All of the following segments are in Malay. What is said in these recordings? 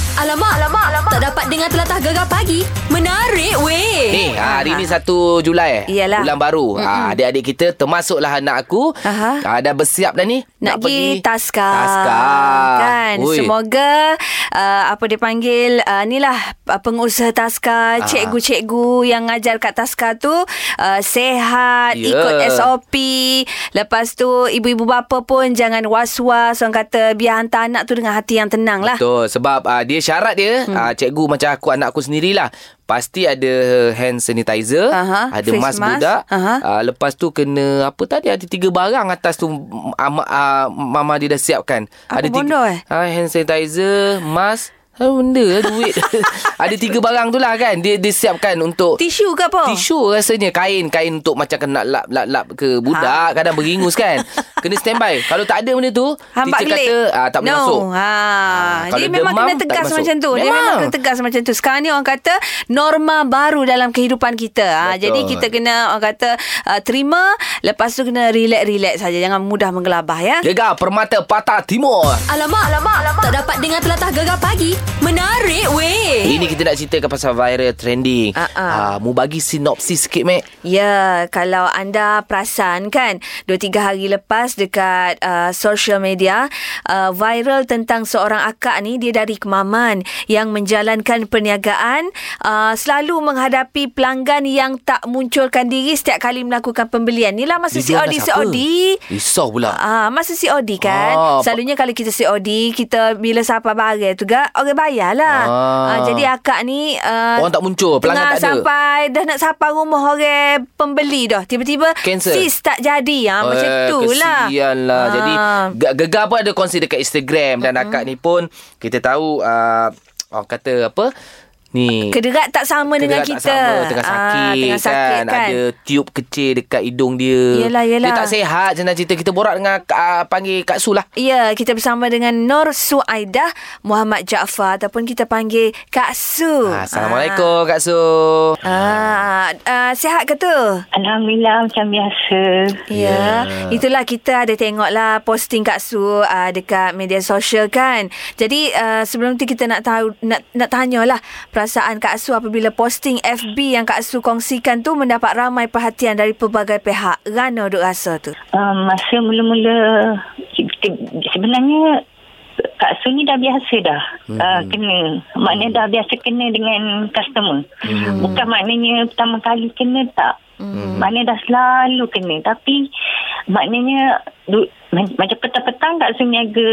Alamak, alamak, alamak. Tak dapat dengar telatah gegar pagi. Menarik, weh. Eh, Ni, ha, ah, hari ni 1 Julai eh. Iyalah. Bulan baru. Ha, adik-adik kita termasuklah anak aku. Aha. Ha, dah bersiap dah ni. Nak pergi taska. Taska. Kan? Ui. Ui. Semoga uh, apa dia panggil uh, ni lah uh, pengusaha taska, Ah. cikgu-cikgu yang ngajar kat taska tu uh, sehat, Ya. ikut SOP. Lepas tu ibu-ibu bapa pun jangan was-was. Orang kata biar hantar anak tu dengan hati yang tenang lah. Betul. Sebab uh, dia syarat dia, hmm. uh, cikgu macam aku, anak aku sendirilah. Pasti ada hand sanitizer, Aha, ada face mask mask. budak. Aha. Uh, lepas tu kena, apa tadi, ada tiga barang atas tu ama, uh, mama dia dah siapkan. Apa ada bondo, eh? Uh, hand sanitizer, mask. Apa benda lah duit Ada tiga barang tu lah kan Dia, dia siapkan untuk Tisu ke apa? Tisu rasanya kain kain untuk macam kena lap lap lap ke Ha. budak kadang beringus kan. Kena standby. Kalau tak ada benda tu, Hambat teacher gelik. kata ah, tak boleh no. masuk. Ha. Ah, kalau Dia memang demam, kena tak tegas masuk. macam tu. Dia memang Memang. kena tegas macam tu. Sekarang ni orang kata norma baru dalam kehidupan kita. Ha. Betul. Jadi kita kena orang kata uh, terima. Lepas tu kena relax-relax saja. Jangan mudah menggelabah ya. Gegar Permata Patah Timur. Alamak, alamak, alamak. Tak dapat dengar telatah gegar pagi. Menarik, weh. Ini kita nak ceritakan pasal viral trending. Eh. Ah, ah. Ah, mu bagi sinopsis sikit, Mek. Ya, kalau anda perasan kan, 2-3 hari lepas dekat uh, social media, uh, viral tentang seorang akak ni, dia dari Kemaman yang menjalankan perniagaan, uh, selalu menghadapi pelanggan yang tak munculkan diri setiap kali melakukan pembelian. Ni lah masa Dia jual COD, siapa? COD. Risau pula. Ah, masa COD kan. Ah, Selalunya kalau kita COD, kita bila sampai barang tu gak orang bayarlah. Ah. Ah. jadi akak ni uh, Orang tak muncul, tengah pelanggan tak ada. sampai dah nak sampai rumah orang pembeli dah. Tiba-tiba Cancel. sis tak jadi. Ah, Eh, macam tu lah. Kesian lah. Ah. Jadi Ge- Gegar pun ada kongsi dekat Instagram dan akak ni pun kita tahu uh, orang kata apa ni Kederat tak sama dengan Kederat kita. tak sama, tengah sakit, Ah, tengah sakit kan. Ada tiup kecil dekat hidung dia. Yelah, yelah. Dia tak sehat senang cerita. Kita borak dengan uh, panggil Kak Su lah. Ya, kita bersama dengan Nur Suaidah Muhammad Jaafar ataupun kita panggil Kak Su. Ah, Assalamualaikum Kak Su. Ah, ah, sihat ke tu? Alhamdulillah macam biasa. Ya, yeah. itulah kita ada tengoklah posting Kak Su uh, dekat media sosial kan. Jadi uh, sebelum tu kita nak tahu nak nak tanyalah perasaan Kak Su apabila posting FB yang Kak Su kongsikan tu mendapat ramai perhatian dari pelbagai pihak. Rana duk rasa tu. Um, masa mula-mula kita- sebenarnya Kak Su ni dah biasa dah hmm. uh, kena. Maknanya dah biasa kena dengan customer. Hmm. Bukan maknanya pertama kali kena tak. Hmm. Maknanya dah selalu kena. Tapi maknanya du, ma- macam petang-petang Kak Su niaga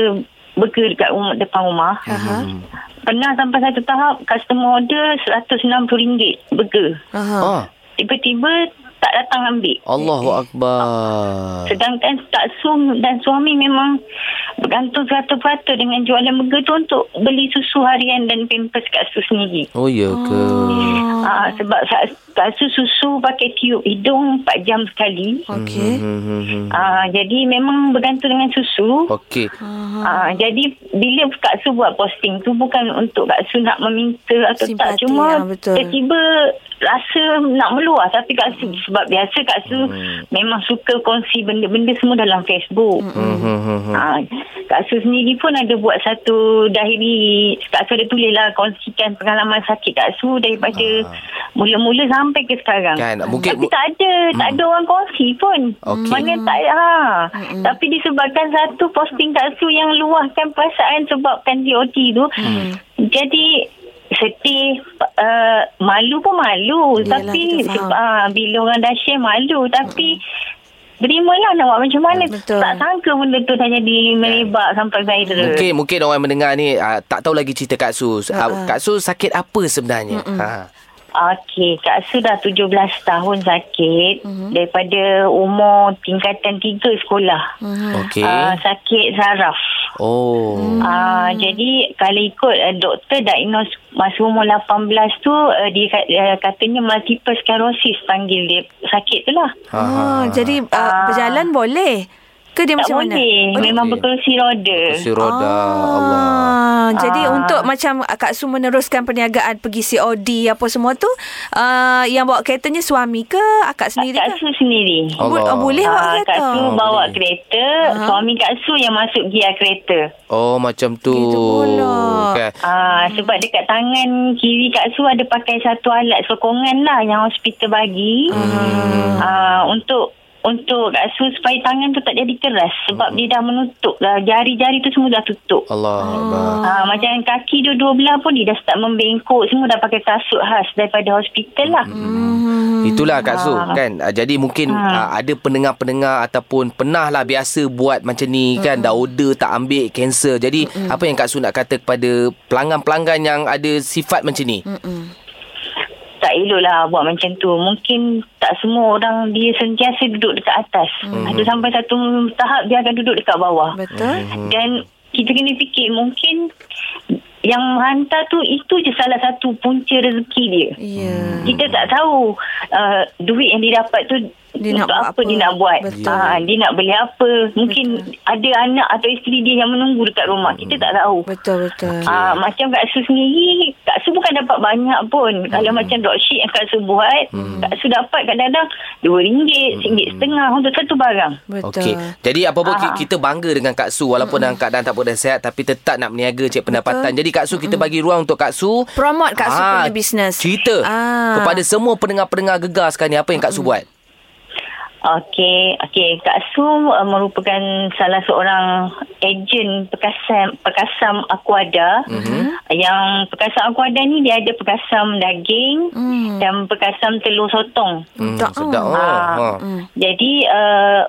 burger dekat rumah, depan rumah. Hmm. Pernah sampai satu tahap customer order RM160 burger. Aha. Ah, Tiba-tiba tak datang ambil. Allahu akbar. Sedangkan Kak Sum dan suami memang bergantung 100% dengan jualan burger tu untuk beli susu harian dan pampers Kak Su sendiri. Oh ya ke? Oh, Ah, sebab Kak, Kak Su susu pakai tiup hidung 4 jam sekali. Okey. Hmm, hmm, hmm. Oh. Ah, jadi memang bergantung dengan susu. Okey. Ah, jadi bila Kak Su buat posting tu bukan untuk Kak Su nak meminta atau Simpati, tak. ah, Cuma betul. tiba-tiba rasa nak meluah. Tapi Kak Su sebab biasa Kak Su memang suka kongsi benda-benda semua dalam Facebook. Hmm, hmm, hmm, hmm. Ha, Kak Su sendiri pun ada buat satu dahiri Kak Su ada tulis lah kongsikan pengalaman sakit Kak Su daripada mula-mula sampai ke sekarang. Kan, mungkin- Tapi tak ada, tak ada orang kongsi pun. Okey. Mana tak ha. Hmm. Tapi disebabkan satu posting Kak Su yang luahkan perasaan sebabkan DOT tu. Jadi sedih uh, malu pun malu Yelah, tapi kita faham. uh, bila orang dah share malu tapi Berimalah nak buat macam mana Betul. Tak sangka benda tu dah jadi merebak sampai viral Ya. Mungkin mungkin orang yang mendengar ni uh, tak tahu lagi cerita Kak Su. Ah, Uh, Kak Su sakit apa sebenarnya? Ha. Okey, Kak Su dah 17 tahun Mhm. sakit mm-hmm. Daripada umur tingkatan 3 sekolah mm-hmm. Ah. Okey. uh, Sakit saraf Mm. Oh. hmm. uh, Jadi kalau ikut uh, doktor diagnose masa umur 18 tu uh, Dia ka- uh, katanya multiple Ah, Ah, sclerosis panggil dia Sakit tu lah Oh, jadi uh, berjalan ah, boleh. ke dia Tak macam mana? boleh. Oh, dia- Memang berkerusi roda. Kursi roda Allah. Ah, Jadi Ah. untuk macam Kak Su meneruskan perniagaan pergi COD apa semua tu, uh, yang bawa keretanya suami ke akak sendiri Eh, ke? Kak Su sendiri. Oh, Bo- Allah. boleh bawa Ah, kereta? Kak Su Oh, bawa boleh. kereta. Aha. Suami Kak Su yang masuk gear kereta. Oh macam tu. Gitu pula. Kan. Ah, sebab dekat tangan kiri Kak Su ada pakai satu alat sokongan lah yang hospital bagi. Hmm. Ah, untuk untuk Kak Su supaya tangan tu tak jadi keras sebab dia dah menutup dah jari-jari tu semua dah tutup. Allah Ah. Akbar. Ha, macam kaki dua-dua belah pun dia dah start membengkok semua dah pakai kasut khas daripada hospital lah. Hmm. Itulah Kak Su kan Ah, Jadi mungkin Ha. ah, ada pendengar-pendengar Ataupun pernah lah biasa buat macam ni Hmm. kan Dah order tak ambil cancel Jadi apa yang Kak Su nak kata kepada Pelanggan-pelanggan yang ada sifat macam ni tak elok lah buat macam tu. Mungkin tak semua orang dia sentiasa duduk dekat atas. Hmm. Ada sampai satu tahap dia akan duduk dekat bawah. Betul. Dan kita kena fikir mungkin yang hantar tu itu je salah satu punca rezeki dia. Ya. Hmm. Kita tak tahu uh, duit yang dia dapat tu Dia nak buat untuk apa, apa. dia nak buat. Betul. Ha, dia nak beli apa. Mungkin ada anak atau isteri dia yang menunggu dekat rumah. Kita tak tahu. Betul betul. Ah, macam Kak Su sendiri, Kak Su bukan dapat banyak pun. Hmm. Kalau macam dropship yang Kak Su buat, hmm. Kak Su dapat kadang-kadang RM2, RM1.50 untuk satu barang. Betul. Ah. Hmm. Okey. Jadi apa pun ki- kita bangga dengan Kak Su walaupun dalam keadaan tak berada sihat tapi tetap nak meniaga cek pendapatan. Jadi Kak Su kita bagi ruang untuk Kak Su Hmm. Promote Kak Su Ah, punya bisnes. Cerita Ah. Hmm. kepada semua pendengar-pendengar gegar sekarang ni apa yang Kak Su buat? Okey, okey. Kak Su uh, merupakan salah seorang ejen perkasam perkasam Aquada. Mm-hmm. Yang perkasam Aquada ni dia ada perkasam daging mm. dan perkasam telur sotong. Hmm, Tak. sedap oh. Ha. Ah, Mm. Hmm. Jadi uh,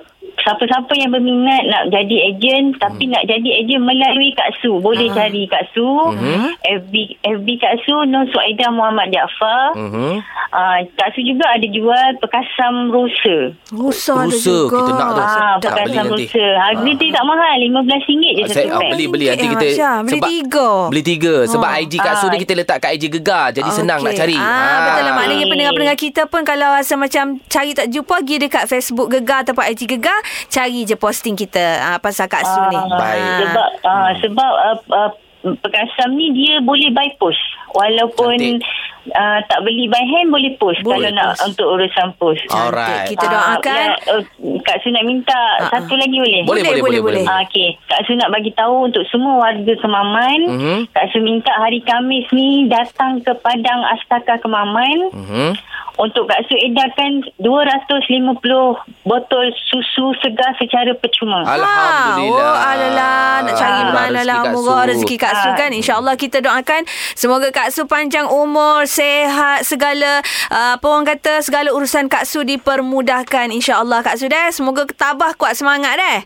siapa-siapa yang berminat nak jadi ejen tapi Hmm. nak jadi ejen melalui Kak Su boleh Ah. cari Kak Su Hmm. FB FB Kak Su Nur Suaida Muhammad Jaafar Mhm. Ah, Kak Su juga ada jual perkasam rosa Rusa ada Rusa juga. kita nak tu. Ah, Tak beli perkasam nanti. rosa harga dia tak mahal RM15 je satu Saya ah, pack beli beli nanti Ringgit, kita Masya. Beli tiga. Beli tiga sebab IG Kak Su ni Ah. kita letak kat IG gegar jadi senang nak Okey. cari. Ah, Betul lah. Maknanya Okey. pendengar-pendengar kita pun kalau rasa macam cari tak jumpa, pergi dekat Facebook Gegar ataupun IG Gegar, cari je posting kita ah, pasal Kak Su ni. Ah, Baik. Hmm. Sebab ah, sebab uh, uh, perkasam ni dia boleh by post. Walaupun uh, tak beli by hand boleh post Boleh kalau nak post. untuk urusan post. Ah, Alright. Cantik. Kita Ah, doakan. ya, uh, Kak Su nak minta Ah, satu lagi boleh? Boleh boleh boleh boleh. Ah, Okey, Kak Su nak bagi tahu untuk semua warga Kemaman, Mhm. Kak Su minta hari Khamis ni datang ke Padang Astaka Kemaman Hmm. Mhm. untuk Kak Su edarkan 250 botol susu segar secara percuma. Alhamdulillah. Oh, alalah. Nak cari Alhamdulillah, mana lah. rezeki Kak Murah Su. rezeki Kak Su Ah. kan. InsyaAllah kita doakan. Semoga Kak Su panjang umur, sehat, segala. Uh, apa orang kata, segala urusan Kak Su dipermudahkan. InsyaAllah Kak Su deh. Semoga tabah kuat semangat deh.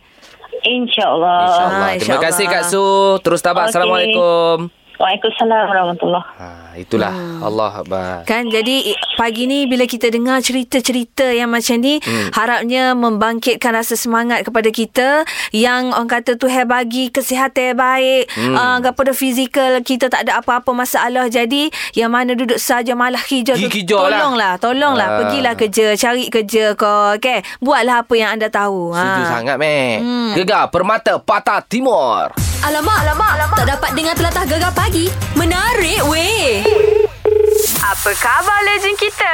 InsyaAllah. InsyaAllah. Ah, Terima insyaAllah. kasih Kak Su. Terus tabak. Okey. Assalamualaikum. Waalaikumsalam warahmatullahi Ha, itulah Hmm. Allah Akbar. Kan jadi i- pagi ni bila kita dengar cerita-cerita yang macam ni hmm. harapnya membangkitkan rasa semangat kepada kita yang orang kata tu hair bagi kesihatan yang baik hmm. uh, kepada fizikal kita tak ada apa-apa masalah jadi yang mana duduk saja malah hijau tu Gi hijau lah. tolonglah tolonglah Ah. pergilah kerja cari kerja kau okey buatlah apa yang anda tahu Setuju Ha. sangat, meh. Gegar Permata Patah Timur. Alamak, alamak, alamak. Tak dapat dengar telatah gegar pagi. Menarik weh. apa khabar legend kita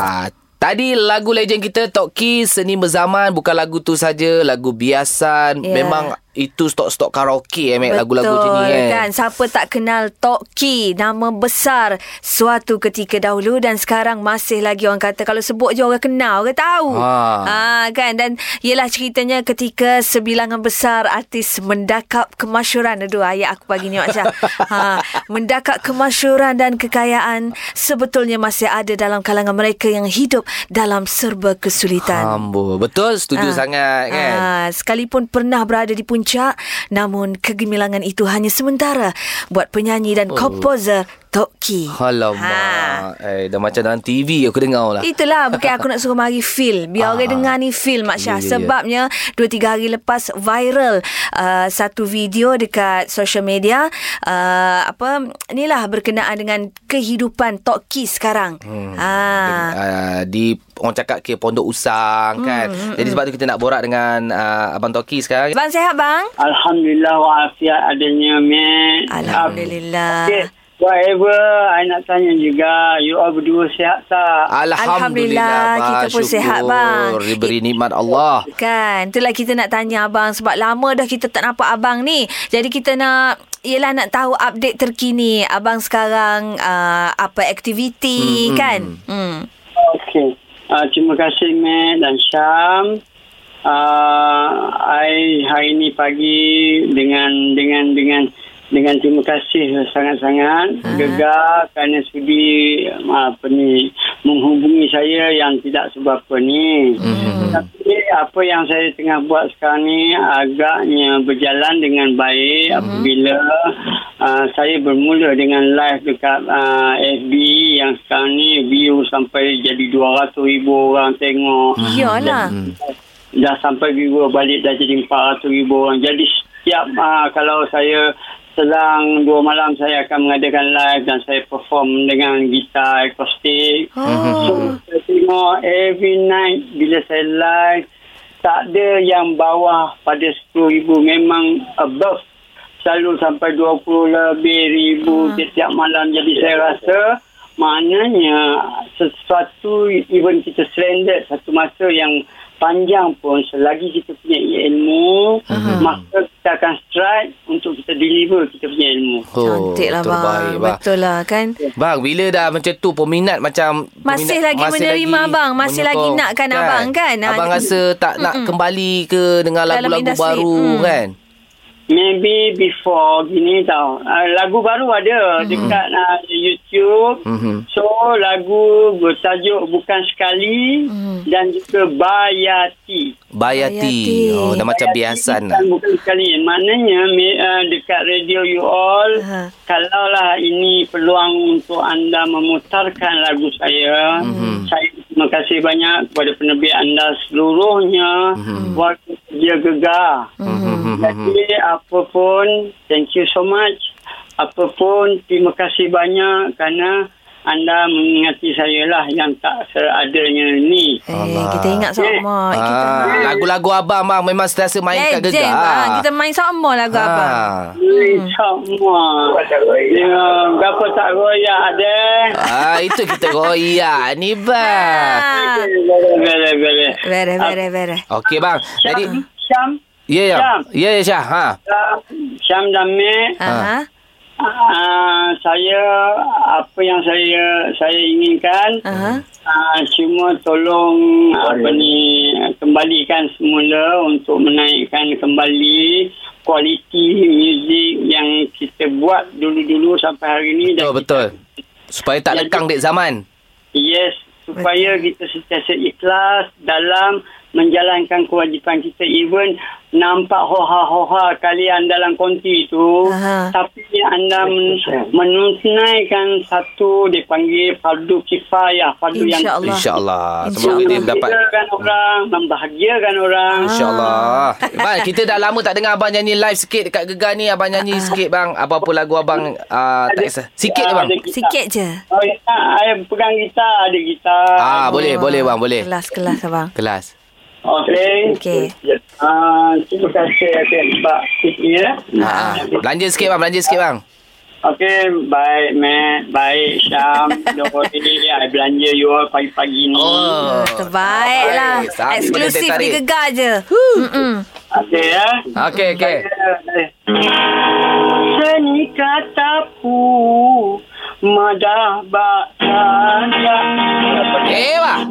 Ha, tadi lagu legend kita Toki Seni Berzaman bukan lagu tu saja, lagu biasan. Ya. Memang itu stok-stok karaoke eh, Mek, lagu-lagu macam ni eh. kan. Siapa tak kenal Tok Ki, nama besar suatu ketika dahulu dan sekarang masih lagi orang kata kalau sebut je orang kenal, orang tahu. Ha. ha kan dan ialah ceritanya ketika sebilangan besar artis mendakap kemasyuran. Aduh ayat aku pagi ni Mak Syah. ha mendakap kemasyuran dan kekayaan sebetulnya masih ada dalam kalangan mereka yang hidup dalam serba kesulitan. Hamba. Betul, Ah. setuju sangat kan. Ah, sekalipun pernah berada di puncak, namun kegemilangan itu hanya sementara buat penyanyi dan komposer Tok Ki. Oh. Alamak. Ha, eh, dah macam dalam TV aku dengar lah. Itulah bukan aku nak suruh mari feel. Biar Ah, orang ah. dengar ni feel Mak Syah. Ya, ya, ya. Sebabnya 2-3 hari lepas viral uh, satu video dekat social media. Uh, apa inilah berkenaan dengan kehidupan Tok Ki sekarang. Hmm. Ah. Uh, di orang cakap ke Pondok Usang Hmm, kan. Jadi sebab tu kita nak borak dengan uh, abang Toki sekarang. Bang sehat bang? Alhamdulillah wa afiat adanya meh. Alhamdulillah. Okay. Whatever, I nak tanya juga. You all berdua sihat Ah. tak? Alhamdulillah, Alhamdulillah, Abang. kita pun Syukur sihat, bang. Diberi nikmat Allah. Kan, itulah kita nak tanya abang sebab lama dah kita tak nampak abang ni. Jadi kita nak Yelah nak tahu update terkini abang sekarang uh, apa aktiviti hmm, kan? Hmm. Okay. Uh, terima kasih meh dan Syam. Uh, I hari ni pagi dengan dengan dengan dengan terima kasih sangat-sangat gegar kerana sudi um, apa ni menghubungi saya yang tidak seberapa ni. Tapi apa yang saya tengah buat sekarang ni agaknya berjalan dengan baik apabila uh, saya bermula dengan live dekat uh, FB yang sekarang ni view sampai jadi 200 ribu orang tengok Hmm. Mhm. Iyalah. dah sampai viewer balik dah jadi 400 ribu orang. Jadi setiap uh, kalau saya selang dua malam saya akan mengadakan live dan saya perform dengan gitar akustik. So, Oh, saya tengok every night bila saya live tak ada yang bawah pada 10 ribu memang above selalu sampai 20 lebih ribu setiap malam jadi saya rasa maknanya sesuatu even kita stranded satu masa yang panjang pun selagi kita punya ilmu maka kita akan strive untuk kita deliver kita punya ilmu Oh, Cantik lah bang. terbaik, bang. Betul lah kan? Bang, bila dah macam tu peminat macam Masih peminat, lagi menerima abang, masih lagi menyokong, nakkan abang, kan? Ah, Abang dia- rasa tak nak kembali ke dengan Dalam lagu-lagu industri, baru mm. kan? Maybe before gini tau. Uh, lagu baru ada mm-hmm. dekat uh, YouTube. Mhm. Mm-hmm. So lagu bertajuk Bukan Sekali mm-hmm. dan juga Bayati. Bayati. Bayati. Oh, dah macam Bayati biasan bukan, lah. Bukan Sekali. Maknanya me- uh, dekat radio you all Aha. kalaulah ini peluang untuk anda memutarkan lagu saya. Mm-hmm. Saya terima kasih banyak kepada penerbit anda seluruhnya. Mm-hmm. Waktu dia gegar. Mm. Mhm. Jadi apa pun, thank you so much. Apa pun, terima kasih banyak kerana anda mengingati saya lah yang tak seadanya ni. Eh, kita ingat sama. Eh, kita Ah, main. lagu-lagu abang bang memang sentiasa main kat Legend, gegar. bang. Kita main lah, sama lagu Ah. abang. InsyaAllah. Ya, berapa tak royak ada. Ah, itu kita royak ni Ah. bang. Boleh, boleh. Bere, bere, bere. Okey bang. Jadi Syam, ya ya. Syam. Ya ya Syah. Ha. Syam, Syam dan Mek. Aha. Ah, saya, apa yang saya saya inginkan, Aha. Hmm. Ah, cuma tolong apa ni kembalikan semula untuk menaikkan kembali kualiti muzik yang kita buat dulu-dulu sampai hari Betul ini dan betul. Supaya tak lekang dek zaman. yes supaya kita sentiasa ikhlas dalam menjalankan kewajipan kita even nampak hoha-hoha kalian dalam konti itu Aha. tapi anda men- menunaikan satu dipanggil fardu kifayah fardu yang InsyaAllah. InsyaAllah. Semoga InsyaAllah. dia dapat Membahagiakan orang, membahagiakan orang. Ah. InsyaAllah Bang kita dah lama tak dengar Abang nyanyi live sikit Dekat Gegar ni Abang nyanyi sikit bang Apa-apa lagu abang uh, Tak kisah Sikit je bang Ada gitar. Sikit je. Oh, ya, saya pegang gitar, ada gitar. Ah boleh boleh bang boleh Kelas, kelas abang. Kelas Okey. Okey. Ah, terima kasih atas Pak Siti ya. Ah, ah. Belanja sikit bang Belanja sikit bang Okey, baik Matt, baik Syam, Dorothy, Ya, I belanja you all pagi-pagi ni. Oh Terbaik lah. Sama boleh Eksklusif di tertarik. Gegar je. Mm-mm. Okey ya. Okey okey Seni kataku madah bahasa. Eh bang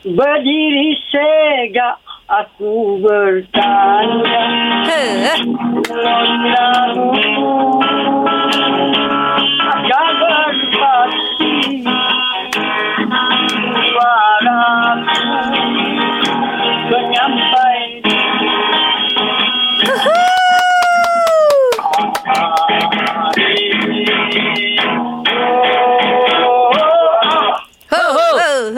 Berdiri segak aku bertanya He, eh. Lalu Agar berpasti Suaraku Menyampai Hari ini Oh eh,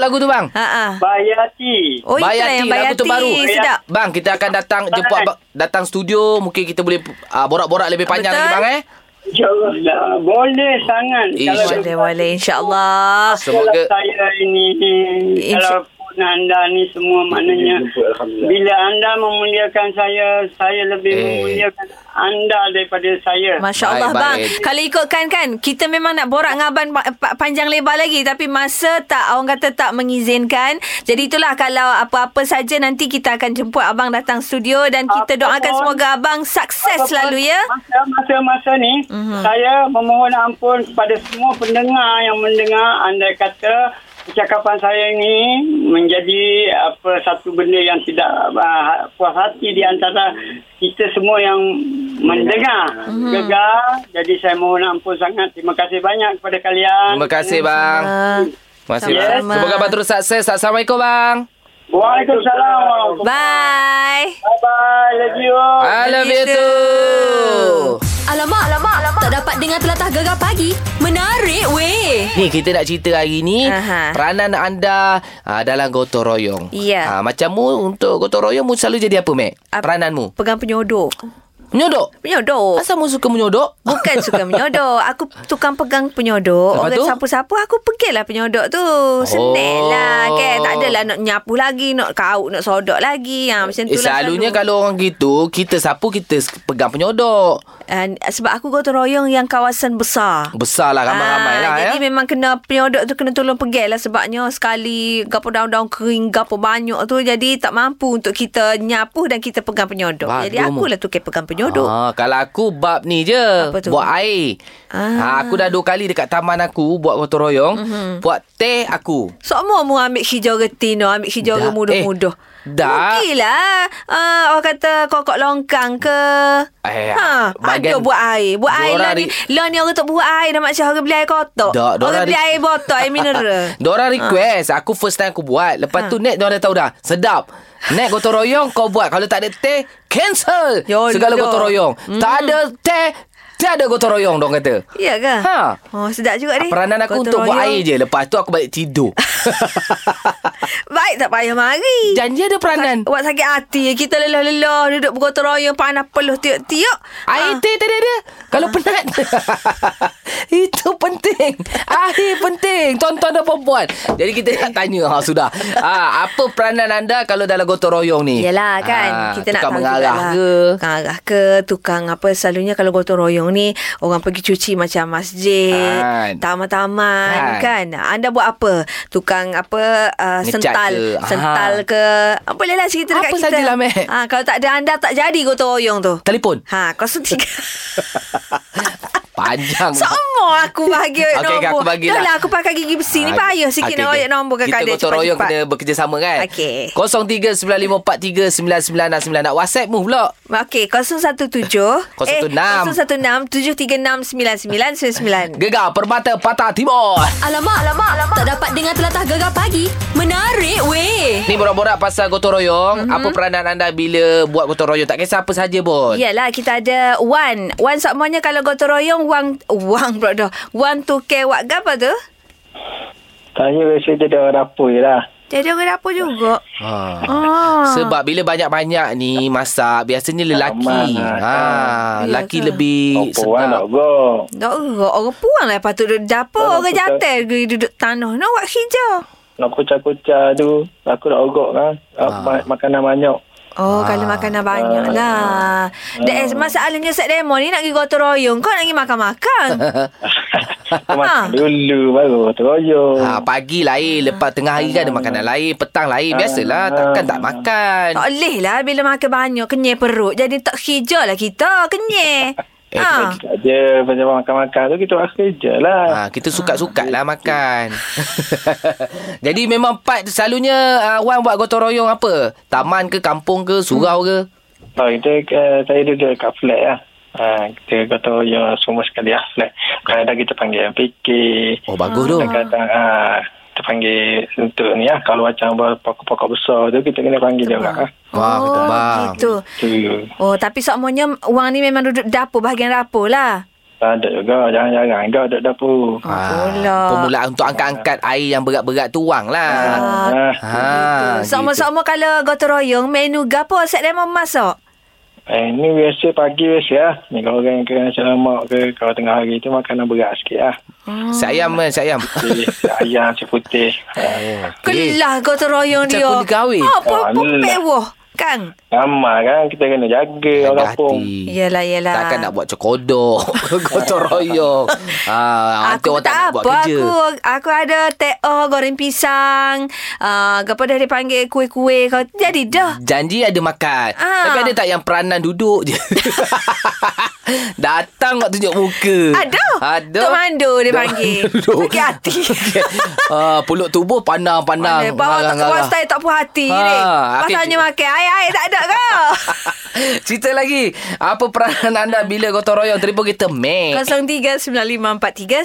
lagu tu bang? Ha ah. Bayati. Oh, itulah yang lagu Bayati. tu lah, baru. Sedap. Bang, kita akan datang jemput abang, datang studio, mungkin kita boleh uh, borak-borak lebih panjang Betul. lagi bang eh. InsyaAllah. Ah, Boleh sangat. Kalau- Insya- Boleh, boleh. InsyaAllah. Semoga Kalau saya ini Insya- kalau pun anda ni semua maknanya bila anda memuliakan saya saya lebih Eh. memuliakan anda daripada saya Masya Allah Baik, bang baik. Kalau ikutkan kan Kita memang nak borak dengan abang pa- pa- Panjang lebar lagi Tapi masa tak Orang kata tak mengizinkan Jadi itulah Kalau apa-apa saja Nanti kita akan jemput abang datang studio Dan kita Apa doakan pun. semoga abang Sukses Apa pun selalu ya Mhm. Masa-masa ni Saya memohon ampun Kepada semua pendengar Yang mendengar Andai kata Percakapan saya ini Menjadi apa Satu benda yang tidak uh, Puas hati Di antara Kita semua yang Mendengar Mhm. Gegar Jadi saya mohon ampun sangat Terima kasih banyak Kepada kalian terima kasih bang. Ah. Terima kasih bang. Sama-sama. lah. Semoga abang terus sukses. Assalamualaikum bang. Waalaikumsalam Bye Bye-bye Love you Oh, all. I love you Begitu. too. Alamak, alamak, alamak. Tak dapat dengar telatah gegar pagi. Menarik weh. Ni kita nak cerita hari ni Aha. peranan anda uh, dalam gotong royong. Ya. Ah, macam mu untuk gotong royong mu selalu jadi apa Mac? Ap- Perananmu. Pegang penyodok Menyodok. Penyodok Asal mu suka menyodok? Bukan suka menyodok Aku tukang pegang penyodok Lepas Orang tu? sapu-sapu Aku pegilah penyodok tu Oh. Senil lah kan Tak adalah nak nyapu lagi Nak kaut Nak sodok lagi ha, Macam tu Eh, lah selalunya selalu. kalau orang gitu Kita sapu Kita s- pegang penyodok And, Eh, sebab aku gotong royong yang kawasan besar. Besar lah Ramai-ramai Ah, lah Jadi ya. memang kena penyodok tu kena tolong pegel lah sebabnya sekali gapo daun-daun kering gapo banyak tu jadi tak mampu untuk kita nyapu dan kita pegang penyodok. Bagus, jadi akulah tu ke pegang penyodok. Ah, kalau aku bab ni je Apa tu? Buat air ah. Ah. Mhm. Aku dah dua kali dekat taman aku Buat gotong royong mm-hmm. Buat teh aku Semua mu ambil hijau getino, ambil hijau Dah. mudah-mudah. Eh, dah. Mungkinlah uh, orang kata kokok longkang ke. Eh, ha, ada bagian- buat air. Buat air lah Diorang ni. ri- Lah ni orang tak buat air dah macam orang beli air kotak. Dah, diorang orang beli ri- air botol, air mineral. Ha. Diorang request Aku first time aku buat Lepas tu net diorang dah tahu dah Sedap Net gotong royong kau buat Kalau tak ada teh Cancel Yolo. Segala gotong royong Mm. Tak ada teh Tiada gotong royong Diorang kata Ya ke? Ha. Oh, sedap juga ni. Peranan Gotong aku untuk buat royong. air je Lepas tu aku balik tidur Baik tak payah mari. Janji ada peranan Awak sakit hati. Kita lelah-lelah duduk bergotong royong panas peluh tiup-tiup. Ah. Air teh tadi ada Kalau penat Itu penting Air penting Tuan-tuan dan perempuan Jadi kita nak tanya ha, Sudah ha, Apa peranan anda Kalau dalam gotong royong ni Yelah kan Ah, Kita nak tukar tahu lah. mengarah jugalah. ke Tukang arah ke Tukang apa Selalunya kalau gotong royong ni Orang pergi cuci macam masjid Kan. Taman-taman kan. Anda buat apa Tukang apa uh, Ngecat Sental ke? Sental Ah. ke Ah, Bolehlah cerita dekat Apa kita sajalah, Mat. Ah, Kalau tak ada anda Tak jadi gotong royong tu Telefon Ha, kosong tiga. Panjang Semua aku bagi Okey, nombor. okey, aku bagilah. Dah lah, aku pakai gigi besi ni payah sikit nak royak nombor Ah, Kita kakak dia gotong royong kena bekerjasama kan Okey. 0395439969 Nak whatsapp mu pula Okey, 017 eh, 016 736 9999. Gegar Permata Patah Timur Alamak, alamak, alamak. Tak dapat dengar telatah gegar pagi. Menarik weh. Ni borak-borak pasal gotong royong Mhm. mm-hmm. Apa peranan anda bila buat gotong royong Tak kisah apa saja pun Yalah kita ada Wan Wan semuanya kalau gotong royong Wang Wang pula dah Wan tu kewak apa tu? Saya rasa dia ada orang dapur je lah. Jadi orang dapur juga Ha. ah. Sebab bila banyak-banyak ni masak biasanya lelaki. Ramai, Ha, kan? lelaki Ya, kan? lebih lah. Apa orang nak sedap. gong. Dah orang, orang puang lah Lepas tu duduk dapur Orang Orang tu tak- jantan pergi duduk tanah Nak buat hijau Nak kucah-kucah tu. Aku nak ogok kan. Ah. ma- Makanan banyak. Ah, Oh, kalau makanan banyak lah. Dek, masalahnya set demo ni nak pergi gotong royong. Kau nak pergi makan-makan. Ah. Aku makan dulu baru teroyong. Ha, pagi lain, lepas tengah hari kan ada makanan lain, petang Ah. lain. Biasalah, takkan tak makan. tak boleh lah bila makan banyak. Kenyai perut. Jadi tak hijau lah kita. Kenyai. Eh, ha. Tak je. Pasal Ah. makan-makan tu kita buat kerja lah. Ha, kita sukat-sukat lah Ah, makan. Jadi memang part selalunya uh, Wan buat gotong royong apa? Taman ke, kampung ke, surau ke? Oh, kita, uh, saya duduk kat flat lah. Ha, kita gotong royong semua sekali lah flat. Kadang-kadang kita panggil MPK. Oh, bagus tu. Kadang-kadang ah, kita panggil untuk ni lah. Kalau macam pokok-pokok besar tu kita kena panggil Ah. dia orang lah. Wah, kebang. gitu. Tu. Oh, tapi semuanya wang ni memang duduk dapur, bahagian dapur lah. Ah, Tak ada juga. Jangan-jangan juga ada dapur. Ah, pula. Permulaan untuk angkat-angkat air yang berat-berat tu wang lah. Ah, Ha, Sama-sama kalau gotong royong menu gapo set demo masak. eh, ni biasa pagi biasa lah. Ni kalau orang yang kena selamat ke kalau tengah hari tu makanan berat sikit lah. gitu. Sayam kan, sayam. Jadi, ayam, si putih. Ah, Kelah gotong royong Macam dia. pun digawin. Oh, pun pun Alah. pewah. Kang. ramai kan kita kena jaga orang pun. Hati. Yelah, yelah. Takkan nak buat cekodok Gotong royong ha, Nanti Aku orang tak, nak tak, buat apa kerja aku aku ada teo goreng pisang ah uh, apa dah dipanggil kuih-kuih kau jadi dah Janji ada makan Ah. Tapi ada tak yang peranan duduk je Datang nak tunjuk muka ada Hmm. Ada Ah, Tok Mandu dia Tok panggil Mandu. sakit hati Okey. Ah, Pulut tubuh pandang-pandang Bawa tak Ngarang-ngarang. kuat style tak puas hati Ha, ni akhir- Pasalnya makan air-air tak ada kau Cerita lagi Apa peranan anda Bila gotong royong Terima kita Mek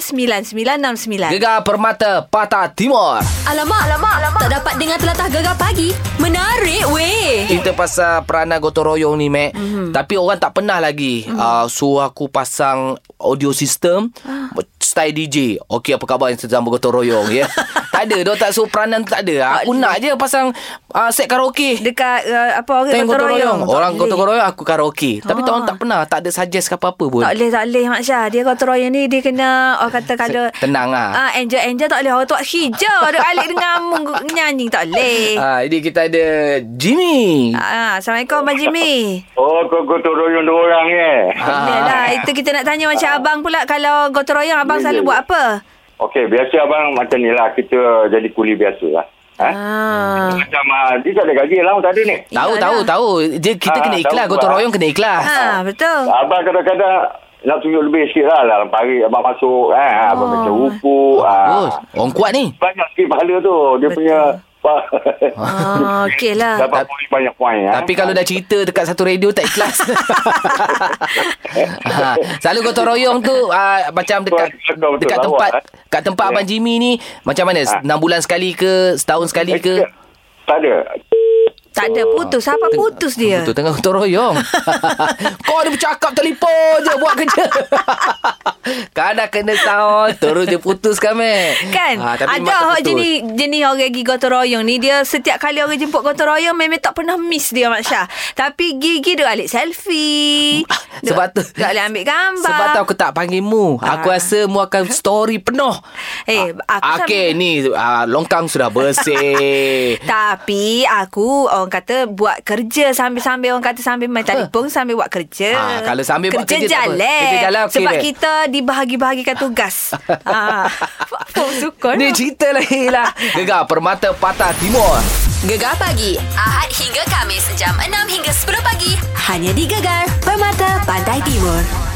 0395439969 Gegar Permata Patah Timur Alamak, alamak, alamak. Tak dapat dengar telatah gegar pagi. Menarik weh. Cerita pasal peranan gotong royong ni Mek Mhm. mm-hmm. Tapi orang tak pernah lagi mm-hmm. uh, Suruh aku pasang Audio system Ah. Style DJ Okey apa khabar yang sesama gotong royong ya? tak ada Dia tak suruh peranan tu tak ada Aku nak je pasang uh, Set karaoke Dekat uh, apa orang Tengok gotong royong Orang Tak gotong boleh. Ah. royong aku karaoke Tapi tak orang tak pernah Tak ada suggest ke apa-apa pun tak boleh, tak boleh Mak Syah. Dia gotong royong ni, dia kena, orang kata kalau... Tenang lah Ah, enjoy-enjoy tak boleh. Orang tu hijau, ada alik dengan mung- nyanyi, tak boleh. Ah, ini kita ada Jimmy. Ah, Assalamualaikum Abang Jimmy. Oh, kau gotong royong dua orang eh. Ah. Yalah, itu kita nak tanya macam abang pula kalau gotong royong abang Ya, selalu ya, buat ya. apa? Okey, biasa abang macam ni lah. Kita jadi kuli biasa lah. Ha? Ah. Macam ah, dia tak ada gaji lah. Tak ada ni. Tahu Iyalah. tahu tahu. Dia kita Ah, kena ikhlas, tahu gotong lah. royong kena ikhlas. ya Ah, betul. Abang kadang-kadang nak tunjuk lebih sikit lah. Dalam pagi abang masuk. Eh, Abang Oh. baca rukuk. Bos, Ah. Oh, orang kuat ni. Banyak sikit pahala tu. Dia Betul. punya... Ah, okey lah. Dapat poin banyak poin. eh. Tapi kalau dah cerita dekat satu radio tak ikhlas. ha, selalu gotong royong tu ah, macam dekat Betul, betul, dekat betul, tempat awak, dekat tempat Ya. abang Jimmy ni macam mana? Ah. 6 bulan sekali ke, setahun sekali Eh, ke? Tak ada. Tak ada putus. Apa putus dia? Betul tengah gotong royong. Kau ni bercakap telefon je buat kerja. Kadang kena sound terus dia Ha, putus kami. Kan Ah, Ada hak jenis Jenis orang pergi gotong royong ni Dia setiap kali orang jemput gotong royong Memang tak pernah miss dia Mak Syah Tapi gigi dia alik selfie Ah, Dia- Sebab tu- Dia alik ambil gambar Sebab tu aku tak panggil mu. Aku Ah. rasa mu akan story penuh. Eh, Ah, aku Okey, ni ah, longkang sudah bersih. tapi aku orang kata buat kerja sambil-sambil orang kata sambil main telefon sambil buat kerja. Ah, kalau sambil buat kerja tak apa. jalan. Kerja jalan okey sebab dia. kita dibahagi-bahagikan tugas. ah. Apa sukun. ni cerita lagi lah. Gegar Permata Patah Timur. Gegar pagi. Ahad hingga Kamis. Jam 6 hingga 10 pagi. Hanya di Gegar. Permata Pantai Timur.